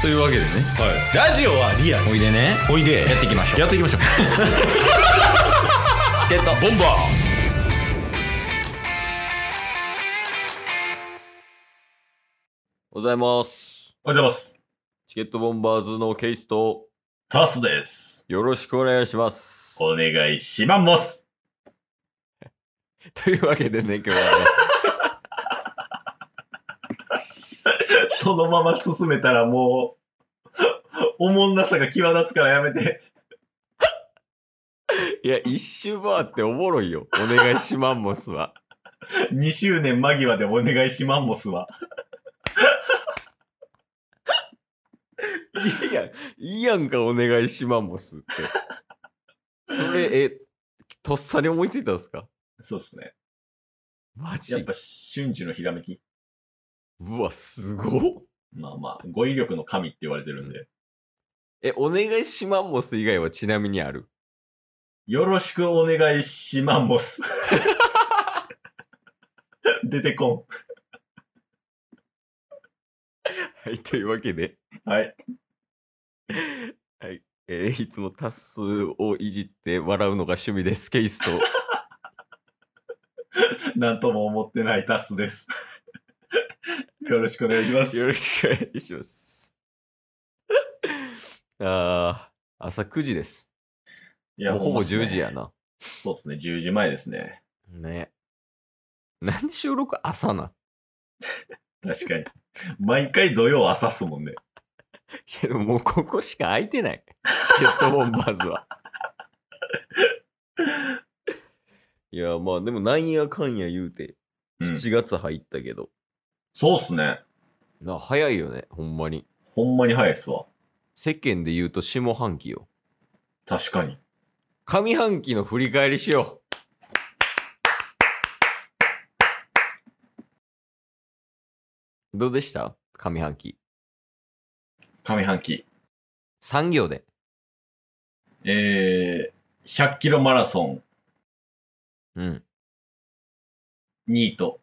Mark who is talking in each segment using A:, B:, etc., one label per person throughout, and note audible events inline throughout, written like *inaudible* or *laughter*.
A: というわけでね
B: はい、ラジオはリアル
A: おいでね
B: おいで
A: やっていきましょう
B: やっていきましょう
A: ゲット
B: ボンバ
A: おはようございます
B: ーおはようございます
A: チケットボンバーズのケイスと
B: タスです
A: よろしくお願いします
B: お願いします
A: *laughs* というわけでね今日はね
B: そのまま進めたらもう *laughs* おもんなさが際立つからやめて
A: いや一周回っておもろいよお願いしまんもすは
B: 2周年間際でお願いしマンモスは
A: い
B: い
A: やんいいやんかお願いしまんもすってそれえとっさに思いついたんですか
B: そうですね
A: マジ
B: やっぱ瞬時のひらめき
A: うわすごっ
B: まあまあ語彙力の神って言われてるんで、
A: えお願いしまんもす以外はちなみにある
B: よろしくお願いしマンモス *laughs* 出てこ
A: はいというわけで
B: んはい
A: えーいつもタスをいじって笑うのが趣味です、ケイスと。
B: なんとも思ってないタスです。よろしくお願いします。
A: よろしくお願いします。あー朝9時です。
B: い
A: もうほぼ
B: んまっすね
A: 10時や。な。
B: そうですね、10時前ですね。
A: ね。なんで収録朝なん *laughs*
B: 確かに。毎回土曜朝っすもんね。
A: いや、でももうここしか空いてない。チケットボンバーズ *laughs* は。いや、まあでもなんやかんや言うて、
B: うん
A: 7月入ったけど。
B: そうっすね。
A: な、早いよね、ほんまに。
B: ほんまに早いっすわ。
A: 世間で言うと下半期よ。
B: 確かに。
A: 上半期の振り返りしよう。どうでした上半期。
B: 上半期。
A: 産業で。
B: えー、100キロマラソン
A: うん。
B: ニート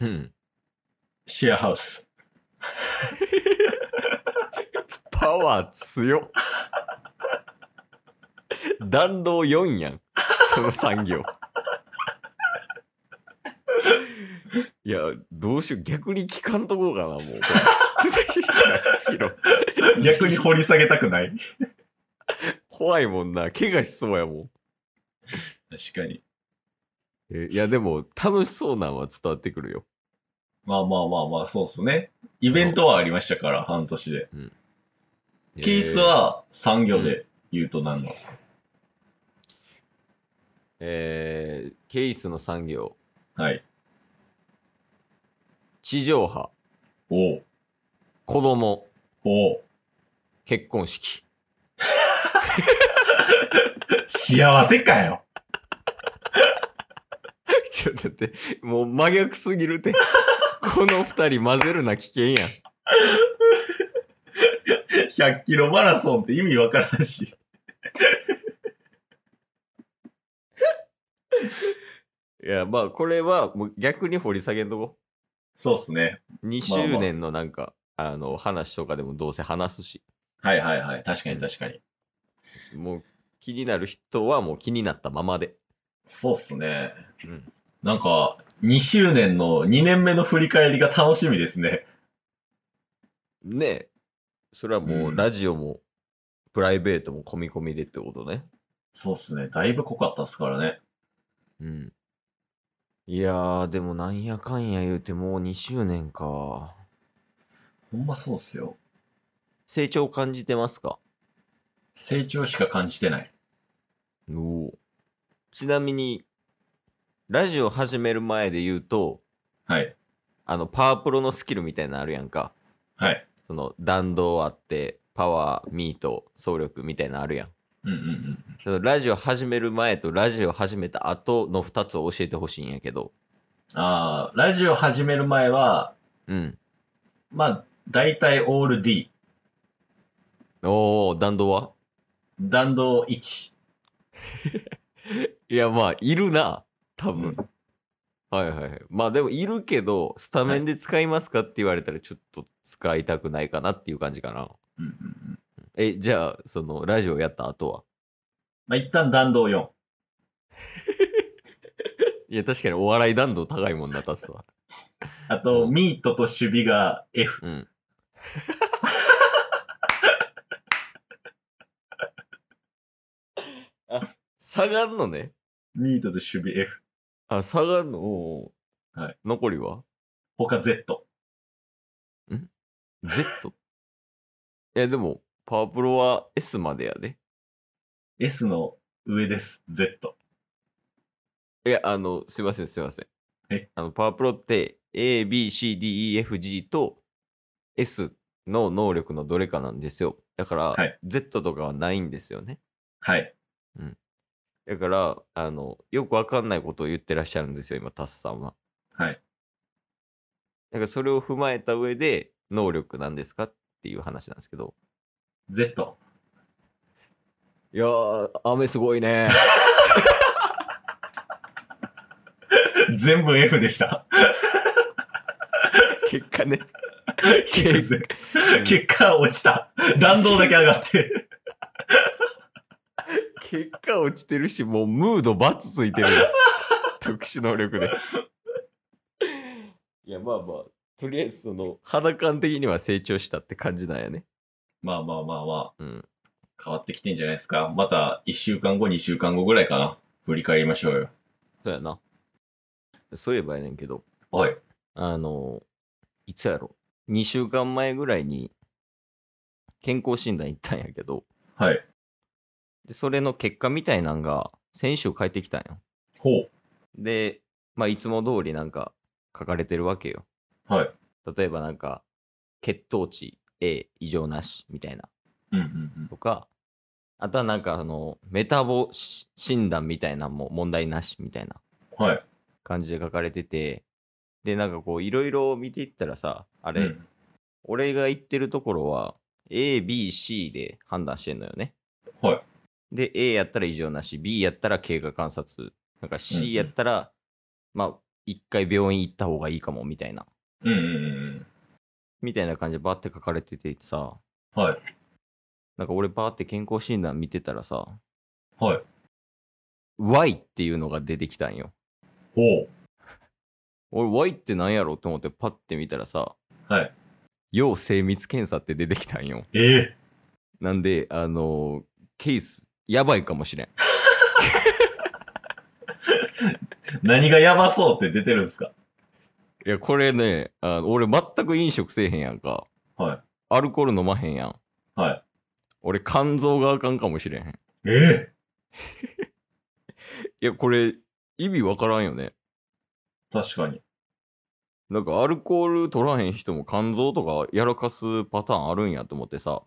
A: うん。
B: シェアハウ *laughs* ス。
A: パワー強っ。弾道4やん。その産業。いや、どうしよう。逆に聞かんとこうかな、もうこれ。100キロ
B: 逆に掘り下げたくない。
A: *laughs* 怖いもんな。怪我しそうやもん。
B: 確かに。
A: えいや、でも、楽しそうなんは伝わってくるよ。
B: まあまあまあまあ、そうっすね。イベントはありましたから、半年で。ケースは産業で言うと何なんですか、
A: えー、えーケイスの産業、
B: はい。
A: 地上波、
B: おう
A: 子供、
B: おう
A: 結婚式。
B: 幸せかよ。
A: ちょっと待って、もう真逆すぎるて。この二人混ぜるな危険やん。
B: 100キロマラソンって意味わからんし。
A: いや、まあ、これはもう逆に掘り下げんとこ。
B: そうっすね。
A: 2
B: まあ
A: 周年のなんか、あの、話とかでもどうせ話すし、
B: はいはいはい。確かに確かに。
A: もう気になる人はもう気になったままで。
B: そうっすね。
A: うん
B: なんか、2周年の2年目の振り返りが楽しみですね。
A: ねえ。それはも
B: う
A: うんラジオも、プライベートも込み込みでってことね。
B: そうっすね。だいぶ濃かったっすからね。
A: うん。いやー、でもなんやかんや言うてもう2周年か。
B: ほんまそうっすよ。
A: 成長感じてますか
B: 成長しか感じてない。
A: おちなみに、ラジオ始める前で言うと、
B: はい。
A: あの、パワープロのスキルみたいなのあるやんか。
B: はい。
A: その、弾道あって、パワー、ミート、走力みたいなのあるやん。
B: うんうんうん。
A: そのラジオ始める前とラジオ始めた後の2つを教えてほしいんやけど。
B: あーラジオ始める前は、
A: うん。
B: まあ、大体オール D。
A: おー、弾道は
B: 弾道1。
A: いや、まあ、いるな。多分。はいはいはい。まあでもいるけど、スタメンで使いますかって言われたらちょっと使いたくないかなっていう感じかな。
B: うんうんうん。
A: え、じゃあ、そのラジオやった後は
B: まあ、一旦弾道4。
A: いや、確かにお笑い弾道高いもんな、タスは。
B: あ
A: う
B: と、
A: ん
B: ミートと守備が
A: *laughs*
B: F。
A: うん。あ、下がんのね。
B: ミートと守備 F。
A: あ、下がんの。おー
B: はい。
A: 残りは
B: 他 Z。
A: ?Z? いや、でも、パワープロは S までやで。
B: S の上です。Z。
A: いや、あの、すいません、すいません。
B: え
A: あの、パワープロって、A, B, C, D, E, F, G と S の能力のどれかなんですよ。だから、
B: はい
A: Z とかはないんですよね。
B: はい。
A: だから、あの、よくわかんないことを言ってらっしゃるんですよ、今、タスさんは。
B: はい。
A: だから、それを踏まえた上で、能力なんですかっていう話なんですけど。
B: Z。
A: いやー、雨すごい *laughs* ね。
B: 全部 F でした。
A: 結果ね。
B: 結果落ちた。弾道だけ上がって。
A: 結果落ちてるし、もうムードバツついて *laughs* るよ。特殊能力で。いや、まあまあ、とりあえずその、肌感的には成長したって感じなんやね。
B: まあまあまあま
A: うん。
B: あ、変わってきてんじゃないですか。また1週間後、2週間後ぐらいかな。振り返りましょうよ。
A: そうやな。そういえばやねんけど、
B: はい。
A: あの、いつやろ ?2 週間前ぐらいに、健康診断行ったんやけど、
B: はい。
A: でそれの結果みたいなんが、先週帰ってきたんよ。
B: ほう。
A: で、まあ、いつも通りなんか、書かれてるわけよ。
B: はい。
A: 例えばなんか、血糖値 A 異常なしみたいな
B: うんうんうん。
A: とか、あとはなんかあの、メタボし診断みたいなのも問題なしみたいな
B: はい。
A: 感じで書かれてて、で、なんかこういろいろ見ていったらさ、あ
B: あ
A: れ、俺が言ってるところは A、B、C で判断してんのよね。
B: はい。
A: で、A やったら異常なし、B やったら経過観察、なんか
B: うんうん
A: C やったら、まあ、一回病院行った方がいいかもみたいな、
B: うんうんうん
A: みたいな感じでバーって書かれててさ、
B: うん。はい。
A: なんか俺パーって健康診断見てたらさ、
B: はい。
A: Y っていうのが出てきたんよ。
B: ほう。
A: 俺 Y ってなんやろと思ってパッて見たらさ、
B: はい。
A: 要精密検査って出てきたんよ。
B: ええ
A: なんで、あのーケース、やばいかもしれん。
B: 何がやばそうって出てるんですか
A: いや、これね、あの俺全く飲食せえへんやんか。
B: はい。
A: アルコール飲まへんやん。
B: はい。
A: 俺肝臓があかんかもしれへん。
B: ええ
A: いや、これ、意味わからんよね。
B: 確かに。
A: なんかアルコール取らへん人も肝臓とかやらかすパターンあるんやと思ってさ。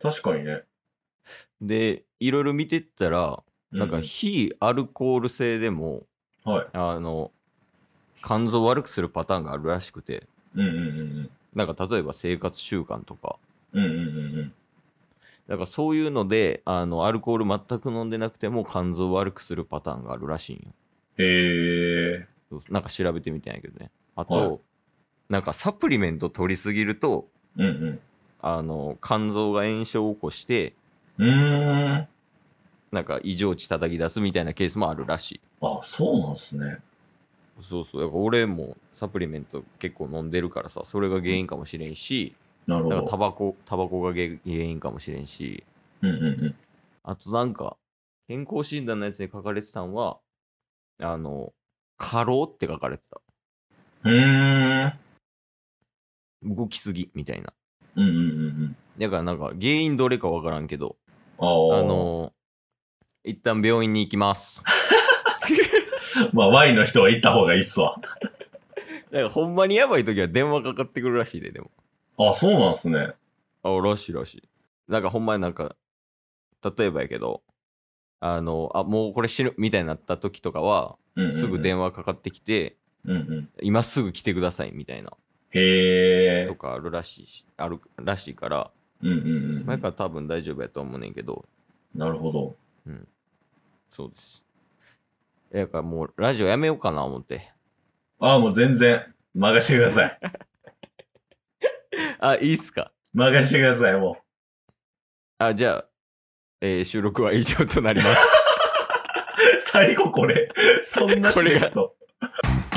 B: 確かにね。
A: で、いろいろ見てったら、
B: う
A: なんか非アルコール性でも、
B: はい。
A: あの、肝臓を悪くするパターンがあるらしくて、
B: うんうんうん
A: なんか例えば生活習慣とか、
B: うん。うんうんうんうん。
A: なんかそういうので、あの、アルコール全く飲んでなくても肝臓を悪くするパターンがあるらしいんよ
B: ええ
A: そう。なんか調べてみてんやけどね。あと、
B: は
A: なんかサプリメント取りすぎると、
B: うんうん。
A: あの、肝臓が炎症を起こして、
B: うーん。
A: なんか異常値叩き出すみたいなケースもあるらしい。
B: あ、そうなんすね。
A: そうそう。だから俺もサプリメント結構飲んでるからさ、それが原因かもしれんし、
B: なるほ
A: だから
B: ど。
A: タバコ、タバコがげ原因かもしれんし、
B: うんうんうん。
A: あとなんか、健康診断のやつに書かれてたんは、あの、過労って書かれてた。
B: うーん。
A: 動きすぎみたいな。
B: うんうんうんうん。
A: だからなんか、原因どれかわからんけど、
B: あ
A: あ
B: あ
A: の、一旦病院に行きます。
B: まあ、Y の人は行った方がいいっすわ。
A: だからほんまにやばい時は電話かかってくるらしいで、でも。
B: あ、そうなんすね。
A: あ、らしいらしい。なんかほんまになんか、例えばやけど、あの、あ、もうこれ死ぬみたいになった時とかは、
B: うんうんうん、
A: すぐ電話かかってきて、
B: うんうん。
A: 今すぐ来てくださいみたいな
B: へ
A: と
B: え。
A: かあるらしいし、あるらしいから、
B: うんうんうん。
A: 前から多分大丈夫やと思うねんけど、
B: なるほど。
A: そうです。いやだからもうラジオやめようかな思って。
B: ああ、もう全然、任してください。
A: *laughs* あ、いいっすか。
B: 任してください、も
A: あ、じゃあ、えー収録は以上となります。
B: う。最後これ。そんな
A: これが
B: 仕事
A: *laughs*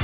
C: す